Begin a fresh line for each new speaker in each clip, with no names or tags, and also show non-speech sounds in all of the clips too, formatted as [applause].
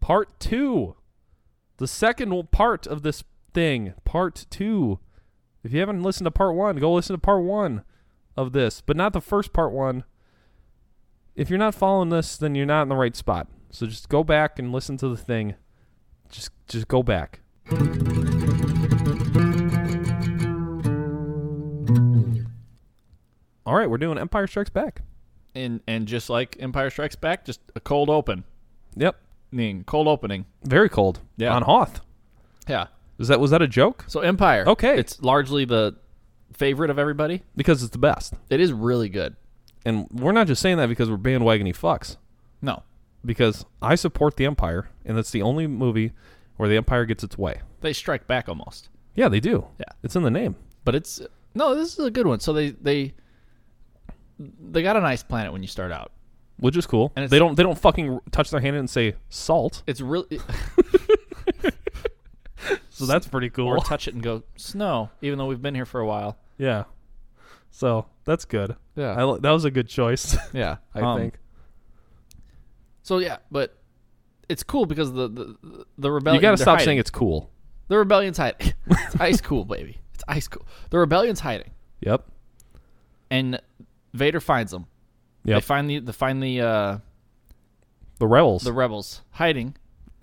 part two. The second part of this thing, part two. If you haven't listened to part one, go listen to part one of this, but not the first part one. If you're not following this, then you're not in the right spot. So just go back and listen to the thing. Just just go back. All right, we're doing Empire Strikes Back.
And and just like Empire Strikes Back, just a cold open.
Yep,
Ning, cold opening.
very cold.
Yeah.
on Hoth.
Yeah.
Is that was that a joke?
So Empire.
Okay.
It's largely the favorite of everybody.
Because it's the best,
It is really good.
and we're not just saying that because we're bandwagony fucks.
No.
Because I support the Empire, and that's the only movie where the Empire gets its way.
They strike back almost.
Yeah, they do.
Yeah.
it's in the name.
But it's no, this is a good one. So they they they got a nice planet when you start out.
which is cool.
And it's-
they don't they don't fucking r- touch their hand and say salt,
It's [laughs] really
so that's pretty cool.
or touch it and go snow, even though we've been here for a while.
[laughs] yeah, so that's good.
Yeah.
I, li- that was a good
[laughs]
choice,
Yeah,
I
Um,
think.
So yeah, but it's cool because the the, the rebellion.
You got to
they're
stop
hiding.
saying it's cool.
the rebellion's hiding. [laughs] it's ice cool, baby. It's ice cool. The rebellion's hiding,
Yep.
and Vader finds them. They
Yep.
find the they find the uh,
The rebels
the rebels hiding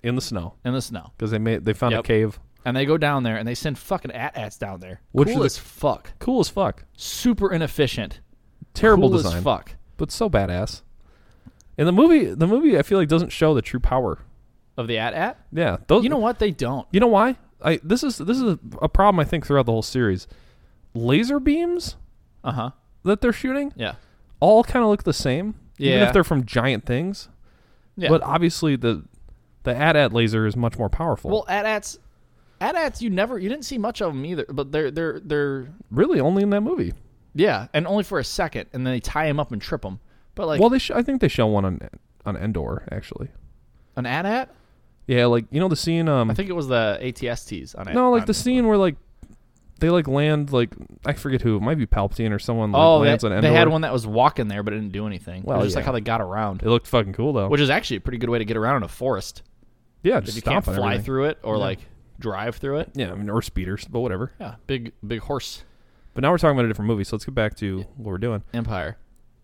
in the snow
in the snow,
because they made they found
Yep.
a cave.
and they go down there and they send fucking at-ats down there.
Which
cool
is-
as fuck.
Cool as fuck.
Super inefficient.
Terrible
cool
design,
as fuck.
but so badass. And the movie, the movie, I feel like doesn't show the true power.
Of the at-at.
Yeah, those,
You know what? They don't.
You know why? I this is this is a, a problem I think throughout the whole series. Laser beams
Uh huh.
that they're shooting
Yeah.
all kind of look the same, even
Yeah.
if they're from giant things.
Yeah.
But obviously the the AT-AT laser is much more powerful.
well, at-ats. At-ats. You never. You didn't see much of them either. But they're they're they're
really, only in that movie.
Yeah, and only for a second, and then they tie him up and trip him. But like
well, they sh- I think they show one on on Endor actually.
an AT-AT,
Yeah, like you know the scene. Um,
I think it was the ATSTs on it.
no, like
on-
the scene where like they like land like I forget who it might be Palpatine or someone. Like,
Oh, they,
lands on Endor.
they had one that was walking there, but it didn't do anything.
Well,
it was just like
yeah.
how they got around,
It looked fucking cool though.
which is actually a pretty good way to get around in a forest.
yeah,
If
just
you
stomp
can't
on
fly
everything.
through it or like drive through it.
Yeah, I mean, or speeders, but whatever.
Yeah, big big horse
But now we're talking about a different movie, so let's get back to what we're doing.
empire.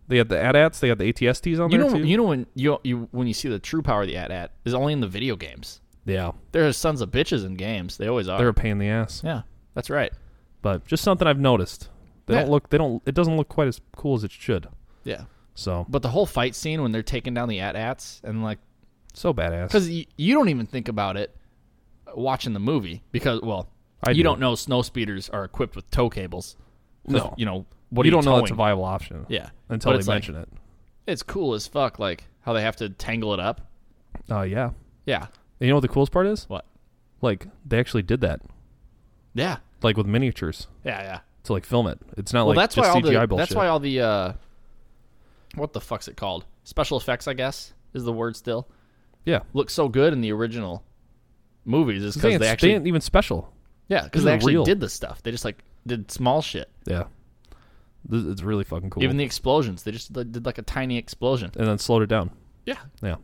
They had the AT-ATs, they had the ATSTs on
You
there
know,
too.
you know when you you when you see the true power of the AT-AT is only in the video games.
yeah,
There are sons of bitches in games. They always are.
they're a pain in the ass.
yeah, that's right.
but just something I've noticed. They
Yeah.
don't look. They don't. It doesn't look quite as cool as it should.
Yeah,
So
but the whole fight scene when they're taking down the AT-ATs and like
so badass.
because you, you don't even think about it watching the movie because well
I
you
do.
don't know snow speeders are equipped with tow cables 'Cause,
No.
you know what
you
are
don't know that's a
towing?
viable option.
yeah
Until
But
they
it's like-
mention
it's cool as fuck like how they have to tangle it up
it. Uh, yeah.
yeah
And you know what the coolest part is?
what
Like they actually did that,
yeah
like with miniatures
yeah yeah
to like film it. It's not
well
like
that's why
just
all
CGI
the
bullshit.
that's why all the uh what the fuck's it called special effects I guess is the word still
yeah.
look so good in the original movies is
They
because
ain't,
they
they
actually
ain't even special.
yeah because
these
they
are
actually
real.
did the stuff they just like did small shit
Yeah. Th- It's really fucking cool.
even the explosions they just like, did like a tiny explosion
and then slowed it down.
Yeah,
Yeah.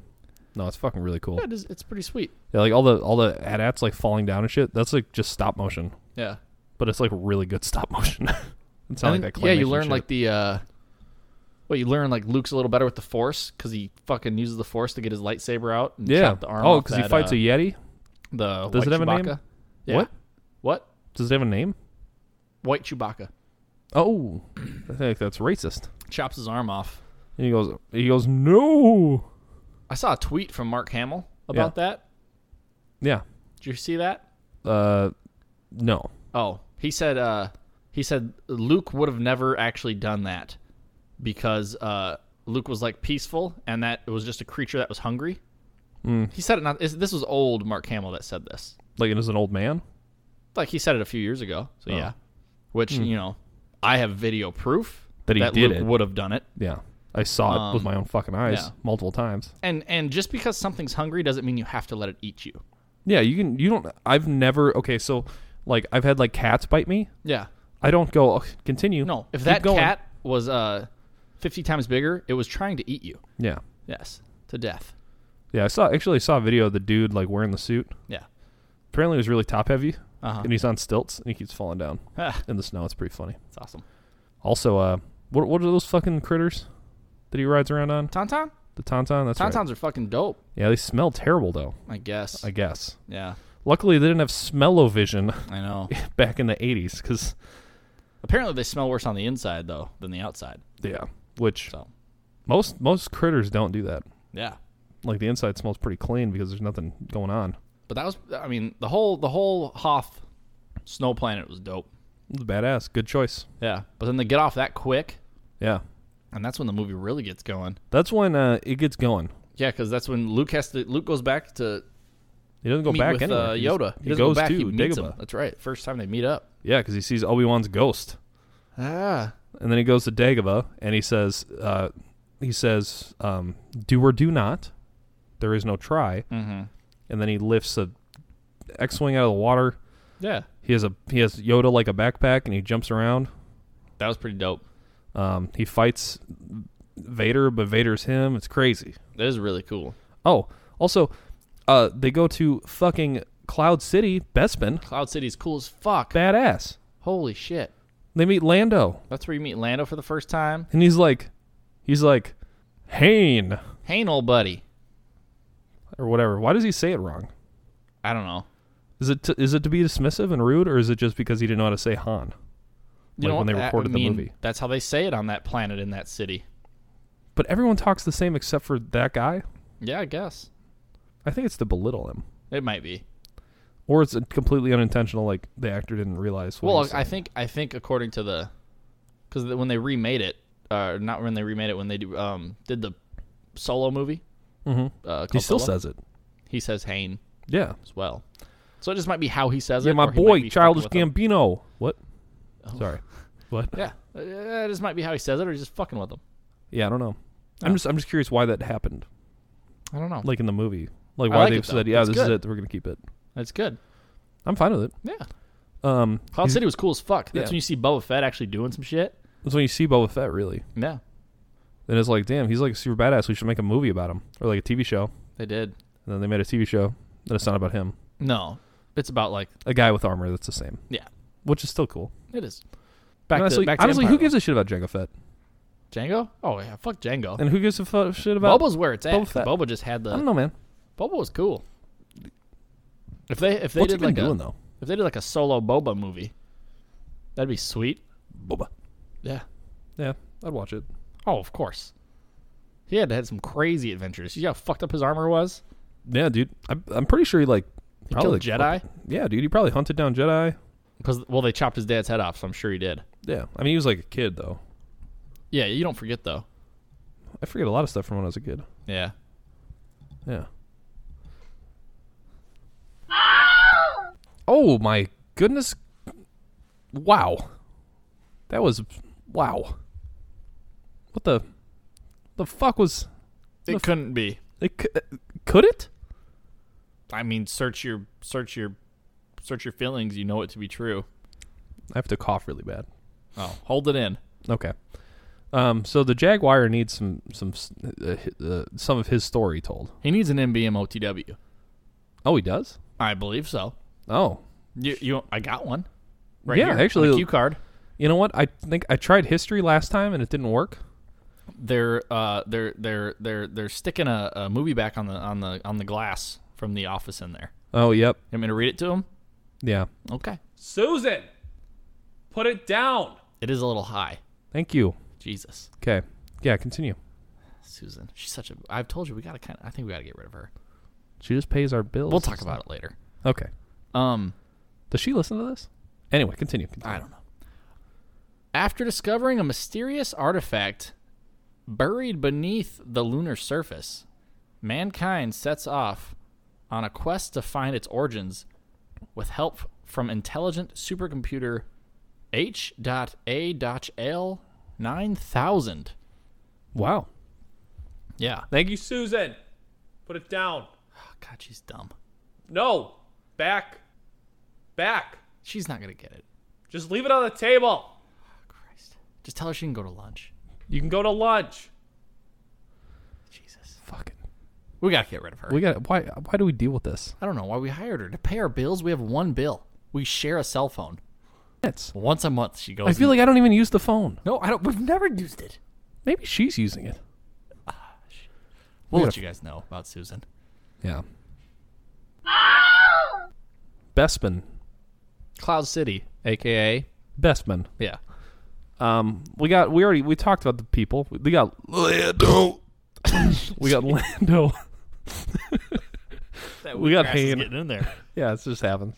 No, it's fucking really cool.
it is, it's pretty sweet.
Yeah, like all the all the AT-ATs like falling down and shit. That's like just stop motion,
Yeah,
but it's like really good [laughs] stop motion. it's not like that.
yeah, you
claymation
learn
shit.
like the uh, well, you learn like Luke's a little better with the Force because he fucking uses the Force to get his lightsaber out. And
Yeah.
chop the arm
oh,
because
he fights
uh,
a yeti.
the
Does
white
it have a name?
Chewbacca. Yeah.
What?
What?
Does it have a name?
White Chewbacca
Oh, I think that's racist.
chops his arm off.
And he goes, he goes, no.
I saw a tweet from Mark Hamill about that.
Yeah.
Did you see that?
Uh, no.
Oh, he said uh, he said Luke would have never actually done that because uh, Luke was like peaceful and that it was just a creature that was hungry.
Hmm.
He said it not. is- This was old Mark Hamill that said this.
Like, it is an old man.
Like he said it a few years ago. So
Oh. Hmm.
yeah, which you know, I have video proof
That he did
Luke
it.
would have done it.
Yeah. I saw it with
Um,
my own fucking eyes
yeah.
multiple times.
And and just because something's hungry doesn't mean you have to let it eat you.
Yeah, you can. You don't. I've never. Okay, so like I've had like cats bite me.
Yeah.
I don't go. "Oh, continue.
No, if
Keep
that
going."
cat was uh, fifty times bigger, it was trying to eat you.
Yeah.
Yes, to death.
Yeah, I saw actually I saw a video of the dude like wearing the suit.
Yeah.
Apparently it was really top heavy
Uh
and he's on stilts and he keeps falling down
huh.
in the snow. It's pretty funny.
It's awesome.
Also, uh what what are those fucking critters that he rides around on?
Tauntaun?
The tauntaun, that's right.
Tauntauns are fucking dope,
Yeah, they smell terrible though,
I guess.
I guess.
yeah,
Luckily they didn't have smell-o-vision [laughs]
I know.
back in the 80s cuz
Apparently they smell worse on the inside though than the outside.
yeah, which
So,
most most critters don't do that.
yeah.
Like the inside smells pretty clean because there's nothing going on.
But that was I mean, the whole the whole Hoth snow planet was dope.
It was badass. Good choice.
Yeah. But then they get off that quick
Yeah.
and that's when the movie really gets going.
That's when uh, it gets going.
Yeah, cuz that's when Luke has to Luke goes back to
He doesn't go
meet
back
with
anywhere.
uh,
He just-
Yoda.
He,
He, doesn't
goes
go back,
to
he meets
Dagobah.
him. That's right. First time they meet up.
Yeah, because he sees Obi Wan's ghost,
Ah.
and then he goes to Dagobah, and he says, uh, he says, um, "Do or do not. There is no try."
Mhm.
And then he lifts a X-wing out of the water.
Yeah.
He has a he has Yoda like a backpack, and he jumps around.
That was pretty dope.
Um, he fights Vader, but Vader's him. It's crazy.
That is really cool.
Oh, also, uh, they go to fucking Cloud City, Bespin,
Cloud City's cool as fuck.
badass.
Holy shit.
They meet Lando,
That's where you meet Lando for the first time.
and he's like, he's like, Hane.
Hey, old buddy.
or whatever. Why does he say it wrong?
I don't know.
Is it to, is it to be dismissive and rude, or is it just because he didn't know how to say Han? like
You know
when they
what? I
recorded
mean,
the movie.
That's how they say it on that planet in that city.
But everyone talks the same except for that guy.
Yeah, I guess.
I think it's to belittle him,
It might be.
or it's completely unintentional. Like the actor didn't realize. What he
Well,
was
I
saying.
think I think according to the cuz when they remade it, uh not when they remade it when they do, um did the solo movie.
Mhm.
Uh,
he
called
still
Solo,
says it.
he says Hane
Yeah,
as well. So it just might be how he says
yeah,
it.
my
or he might
boy,
be
childish
fucking with
Gambino. What?
Oh.
Sorry, what?
[laughs] them. Yeah, Uh, it just might be how he says it, or he's just fucking with them.
Yeah, I don't know. I'm just I'm just curious why that happened.
I don't know.
Like in the movie, like
I
why
like
they
it, though.
said, yeah,
It's
this is
good.
it. We're gonna keep it.
That's good.
I'm fine with it.
Yeah.
Um,
Cloud
he's-
City was cool as fuck. That's
Yeah.
when you see Boba Fett actually doing some shit.
that's when you see Boba Fett really.
Yeah,
Then it's like, damn, he's like a super badass. We should make a movie about him or like a TV show.
they did.
And then they made a TV show, and it's not about him.
No, it's about like
A guy with armor that's the same.
Yeah.
Which is still cool.
it is. Back to-
honestly,
back to
honestly who
Empire.
gives a shit about Jango Fett?
Django? Oh yeah, fuck Django.
And who gives a fu- shit about
Boba's where it's at.
Boba
'cause
Fett.
Boba just had
I don't
the.
know, man.
Boba was cool. If they if they
What's he
did
been
like
doing
a
though?
if they did like a solo Boba movie, that'd be sweet.
Boba.
Yeah.
Yeah, I'd watch it.
Oh, of course. He had to had some crazy adventures. You know how fucked up his armor was.
Yeah, dude. I'm, I'm pretty sure he like
He
probably like,
killed Jedi
fucking- yeah, dude. He probably hunted down Jedi.
because well they chopped his dad's head off, so I'm sure he did.
Yeah, I mean he was like a kid though.
Yeah, you don't forget though.
I forget a lot of stuff from when I was a kid.
Yeah.
Yeah. Oh my goodness. Wow. That was wow. What the the fuck was
It couldn't be.
it c- could it?
I mean, search your search your search your feelings. You know it to be true.
I have to cough really bad.
Oh, hold it in.
Okay. Um so the Jaguar needs some some s- uh, uh, some of his story told.
He needs an MBM OTW.
Oh, he does?
I believe so.
Oh.
You, you I got one. Right
Yeah,
here,
actually-
on a cue card.
You know what? I think I tried history last time and it didn't work.
They're uh they're they're they're they're sticking a, a movie back on the on the on the glass from the office in there.
Oh, yep.
You want me to read it to him?
Yeah.
Okay.
Susan, put it down.
It is a little high.
Thank you.
Jesus,
Okay. Yeah, continue.
Susan, she's such a. I've told you we gotta kind. of I think we gotta get rid of her.
She just pays our bills.
We'll talk about it later.
Okay.
Um.
Does she listen to this? Anyway, continue. continue.
I don't know. After discovering a mysterious artifact buried beneath the lunar surface, mankind sets off on a quest to find its origins with help from intelligent supercomputer H.A.L 9000.
Wow.
Yeah.
Thank you, Susan. Put it down.
Oh, God, she's dumb.
No. Back. Back.
She's not going to get it.
Just leave it on the table.
Christ. Just tell her she can go to lunch.
You can go to lunch.
Jesus.
Fucking
We gotta get rid of her.
We got why why do we deal with this?
I don't know why we hired her to pay our bills. We have one bill. We share a cell phone.
It's,
Once a month, she goes.
I feel
and-
like I don't even use the phone.
no, I don't. We've never used it.
Maybe she's using it.
We'll
We
let
gotta-
you guys know about Susan.
Yeah. Bestman.
Cloud City, aka
Bestman.
yeah.
Um, we got we already we talked about the people. We got Lando. [coughs] we
[laughs]
got Lando. [laughs] We got
Grass is
Hayne.
getting in there.
yeah, it just happens.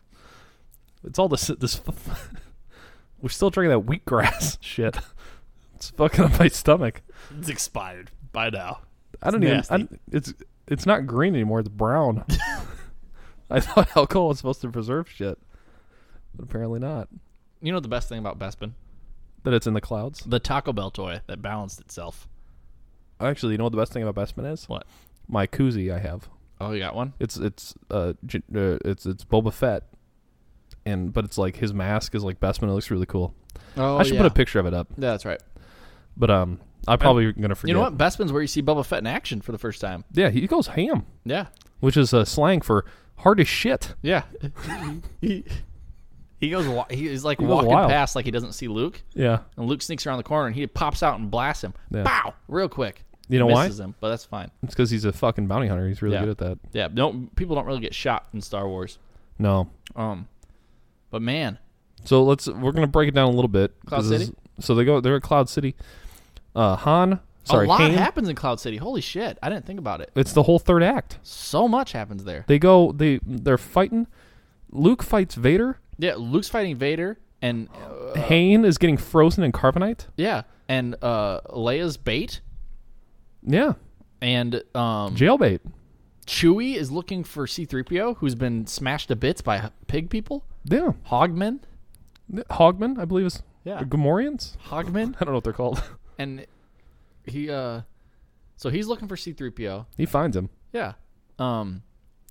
It's all this this. [laughs] We're still drinking that wheatgrass [laughs] shit. It's fucking up my stomach.
It's expired by now.
I don't
It's
even. I,
nasty.
it's it's not green anymore. It's
[laughs]
brown. [laughs] I thought alcohol was supposed to preserve shit, but apparently not.
You know the best thing about Bespin?
That it's in the clouds.
The Taco Bell toy that balanced itself.
Actually, you know what the best thing about Bestman is?
What?
My koozie I have.
Oh, you got one?
It's it's uh, j- uh it's it's Boba Fett, and but it's like his mask is like Bestman. It looks really cool.
Oh,
I should put a picture of it up,
Yeah, that's right.
but um, I'm probably gonna forget.
You know what? Bespin's where you see Boba Fett in action for the first time.
Yeah, he goes ham,
Yeah,
which is uh, slang for hard as shit.
yeah. [laughs] he he goes. Wa- he's like
goes
walking
wild.
past like he doesn't see Luke,
Yeah,
and Luke sneaks around the corner and he pops out and blasts him.
Yeah.
Pow! Real quick.
You know why?
Misses him, but that's fine.
it's because he's a fucking bounty hunter. He's really
Yeah.
good at that.
Yeah, don't people don't really get shot in Star Wars.
No,
Um, but man,
so let's we're gonna break it down a little bit.
Cloud
'cause this
City?
is- so they go. They're at Cloud City. Uh, Han, sorry,
a lot
Kane.
happens in Cloud City. Holy shit! I didn't think about it.
It's the whole third act.
So much happens there.
They go. They they're fighting. Luke fights Vader.
Yeah, Luke's fighting Vader, and uh,
Hane is getting frozen in carbonite.
yeah, and uh, Leia's bait,
Yeah,
and um,
jailbait.
Chewie is looking for C-3PO, who's been smashed to bits by h- pig people.
Yeah,
Hogman,
Hogman, I believe is
Yeah.
or Gamorreans.
Hogman,
[laughs] I don't know what they're called.
and he. uh So he's looking for C-3PO.
he finds him.
Yeah. Um,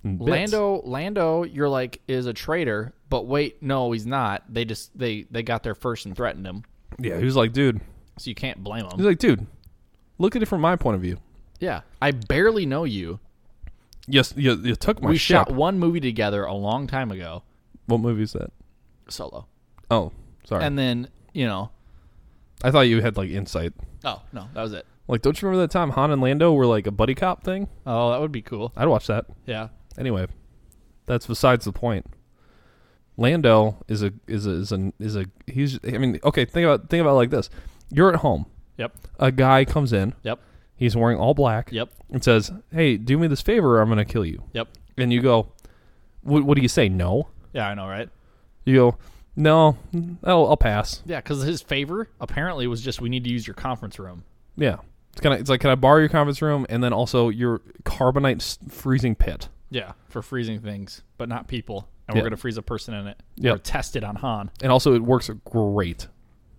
in bits.
Lando, Lando, you're like is a traitor, but wait, no, he's not. They just they they got there first and threatened him,
Yeah, he was like, dude.
so you can't blame
He's
him.
like, dude. Look at it from my point of view.
Yeah, I barely know you.
Yes, you, you took my
we
ship.
shot one movie together a long time ago,
What movie is that?
solo,
Oh, sorry.
and then you know,
I thought you had like insight.
oh no, that was it.
Like, don't you remember that time Han and Lando were like a buddy cop thing?
Oh, that would be cool.
I'd watch that.
Yeah,
Anyway, that's besides the point. Lando is a is a is a is a he's I mean okay think about think about it like this. You're at home.
Yep.
A guy comes in.
yep,
He's wearing all black.
yep,
and says, "Hey, do me this favor, or I'm going to kill you."
yep.
And you go, "What? What do you say? No?"
Yeah, I know, right?
You go, "No, I'll, I'll pass."
Yeah, because his favor apparently was just we need to use your conference room.
Yeah, it's kind of it's like, "Can I borrow your conference room?" And then also your carbonite s- freezing pit.
Yeah, for freezing things, but not people, and
Yeah.
we're gonna freeze a person in it.
Yep.
or test it on Han.
And also, it works great.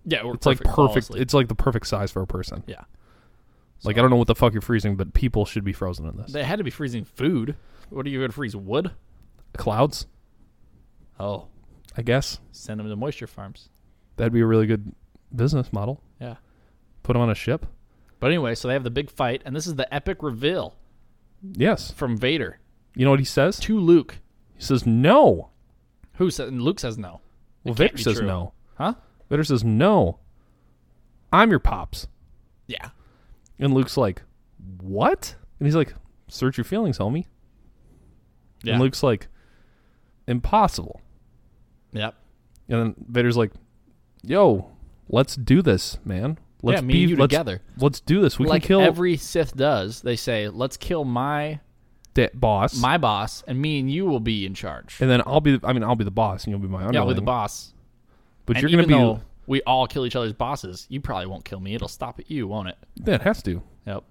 Yeah,
It's like perfect. It's like the perfect size for a person.
yeah,
Like I don't know what the fuck you're freezing, but people should be frozen in this.
they had to be freezing food. What are you going to freeze? Wood?
Clouds,
Oh,
I guess
send them to moisture farms.
that'd be a really good business model.
Yeah.
Put them on a ship.
But anyway, so they have the big fight, and this is the epic reveal
Yes.
from Vader
You know what he says?
to Luke.
He says no.
Who says? And Luke says no.
Well,
It can't
Vader
be
says
true.
no.
Huh?
Vader says, No, I'm your pops.
Yeah.
And Luke's like, What? And he's like, Search your feelings, homie.
Yeah.
And Luke's like, Impossible.
Yep.
And then Vader's like, Yo, let's do this, man. Let's
Yeah, me
be
and you
let's,
together."
Let's do this. We
like
can kill
every Sith does, they say, "Let's kill my
that boss.
my boss, and me and you will be in charge."
and then I'll be the, I mean, I'll be the boss and you'll be my
yeah,
underling.
with the boss.
But
And
you're gonna
even
be
though we all kill each other's bosses. You probably won't kill me. It'll stop at you, won't it?
Yeah, it has to.
Yep.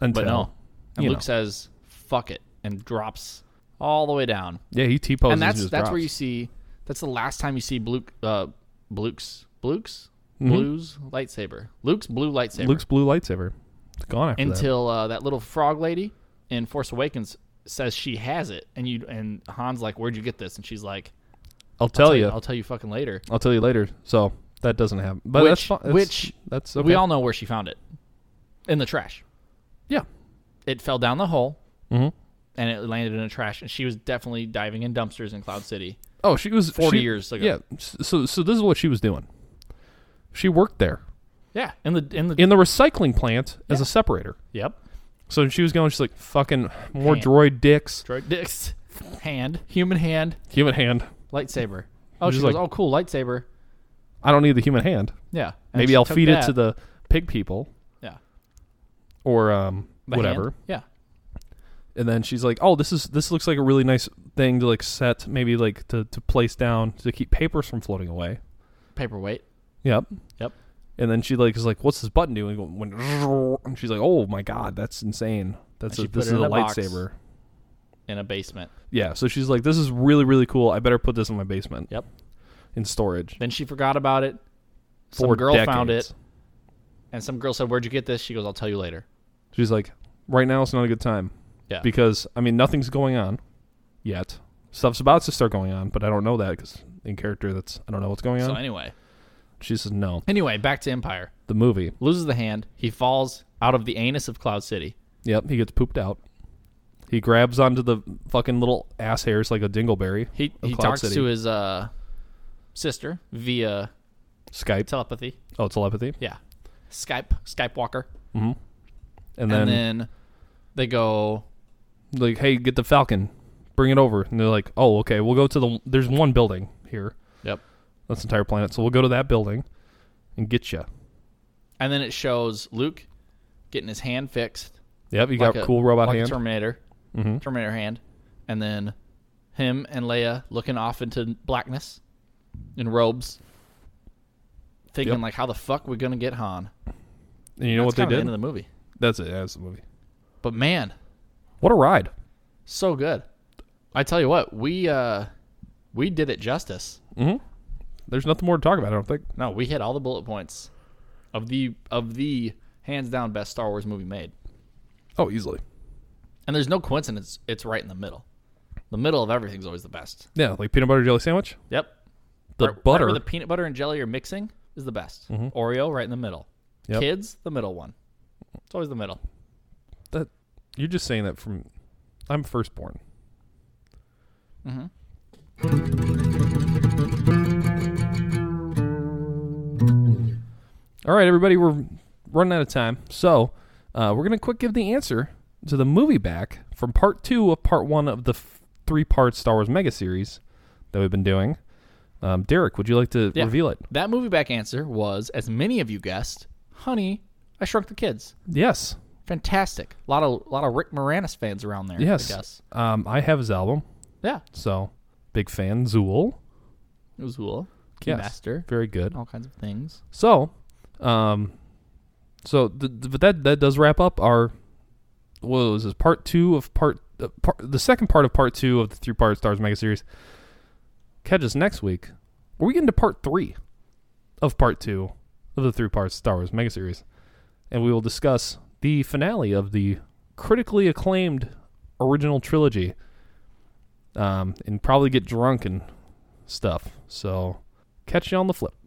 Until
But no. And
you
Luke
know.
says, "Fuck it," and drops all the way down.
Yeah, he T poses.
and that's that's where you see. That's the last time you see Luke. Uh, Luke's Luke's blues lightsaber. Luke's blue lightsaber.
Mm-hmm. Luke's blue lightsaber. It's gone after that.
until uh, that little frog lady in Force Awakens says she has it, and you and Han's like, "Where'd you get this?" And she's like,
I'll tell, you.
I'll tell you fucking later."
I'll tell you later. So that doesn't happen. But
Which-
that's fine. That's,
which
that's okay.
We all know where she found it in the trash.
yeah.
It fell down the hole.
hmm
and it landed in a trash. And she was definitely diving in dumpsters in Cloud City.
Oh, she was
40
she-
years ago.
Yeah. s- So so this is what she was doing. She worked there
Yeah, in the in the
in the recycling plant as a separator.
yep,
So she was going. She's like fucking more
Hand.
droid dicks,
droid dicks, hand, human hand,
human hand.
lightsaber. Oh, she
Just
goes,
like-
oh cool, lightsaber.
I don't need the human hand.
Yeah, And
Maybe
she
I'll
took
feed it to
that.
the pig people
yeah
or um
the
whatever.
hand. Yeah,
and then she's like oh this is this looks like a really nice thing to like set maybe like to, to place down to keep papers from floating away
paperweight.
yep
Yep.
and then she like is like what's this button doing when and she's like oh my god that's insane that's
And
a,
she
this
put
is
it
a,
in a box.
lightsaber
in a basement.
yeah so she's like this is really really cool i better put this in my basement
Yep.
in storage
Then she forgot about it. Some
For
girl found it,
decades.
and some girl said, "Where'd you get this?" She goes, "I'll tell you later."
she's like right now it's not a good time
Yeah.
because i mean nothing's going on yet stuff's about to start going on but i don't know that because in character that's i don't know what's going on
So anyway,
she says no
anyway, back to Empire.
the movie
Loses the hand. He falls out of the anus of Cloud City.
Yep, he gets pooped out. He grabs onto the fucking little ass hairs like a dingleberry.
He
of
he
Cloud
talks
City.
to his uh, sister via
Skype.
telepathy.
Oh, telepathy.
Yeah, Skype Skype Walker,
And
and
then,
then they go.
like, hey, get the Falcon, bring it over. And they're like, oh, okay, we'll go to the. There's one building here.
Yep.
That's the entire planet. So we'll go to that building, and get you.
And then it shows Luke getting his hand fixed.
Yep, you
like
got
a-
cool robot
like a
hand. Mm-hmm.
Terminator. Terminator hand. And then him and Leia looking off into blackness in robes, thinking
Yep.
like, "How the fuck we gonna get Han?"
and you know what
That's
they
kinda the
did?
end of the movie.
that's it. That's the movie.
But man,
What a ride!
so good. I tell you what, we uh, we did it justice.
There's nothing more to talk about. I don't think.
No, we hit all the bullet points of the of the hands down best Star Wars movie made.
Oh, easily.
And there's no coincidence; it's right in the middle. The middle of everything's always the best.
Yeah, like peanut butter jelly sandwich.
Yep.
The
Right- right
butter. Mm-hmm.
where the peanut butter and jelly are mixing is the best. Oreo right in the middle.
Yep.
Kids, the middle one. It's always the middle.
that you're just saying that from. I'm firstborn. All right, everybody, we're running out of time, so uh, we're gonna quick give the answer to the movie back from part two of part one of the f- three-part Star Wars mega series that we've been doing. Um, Derek, would you like to
Yeah.
reveal it?
That movie back answer was, as many of you guessed, Honey, I Shrunk the Kids.
Yes,
Fantastic. A lot of lot of Rick Moranis fans around there.
yes.
I guess.
Um, I have his album,
Yeah.
so big fan. Zool,
It was cool.
Yes.
Master.
very good.
All kinds of things.
So, um, so th- th- but that that does wrap up our what was this part two of part, uh, part the second part of part two of the three part Stars mega series. Catch us next week. We're getting to part three of part two of the three part Star Wars mega series, and we will discuss the finale of the critically acclaimed original trilogy. Um, and probably get drunk and stuff. So catch you on the flip.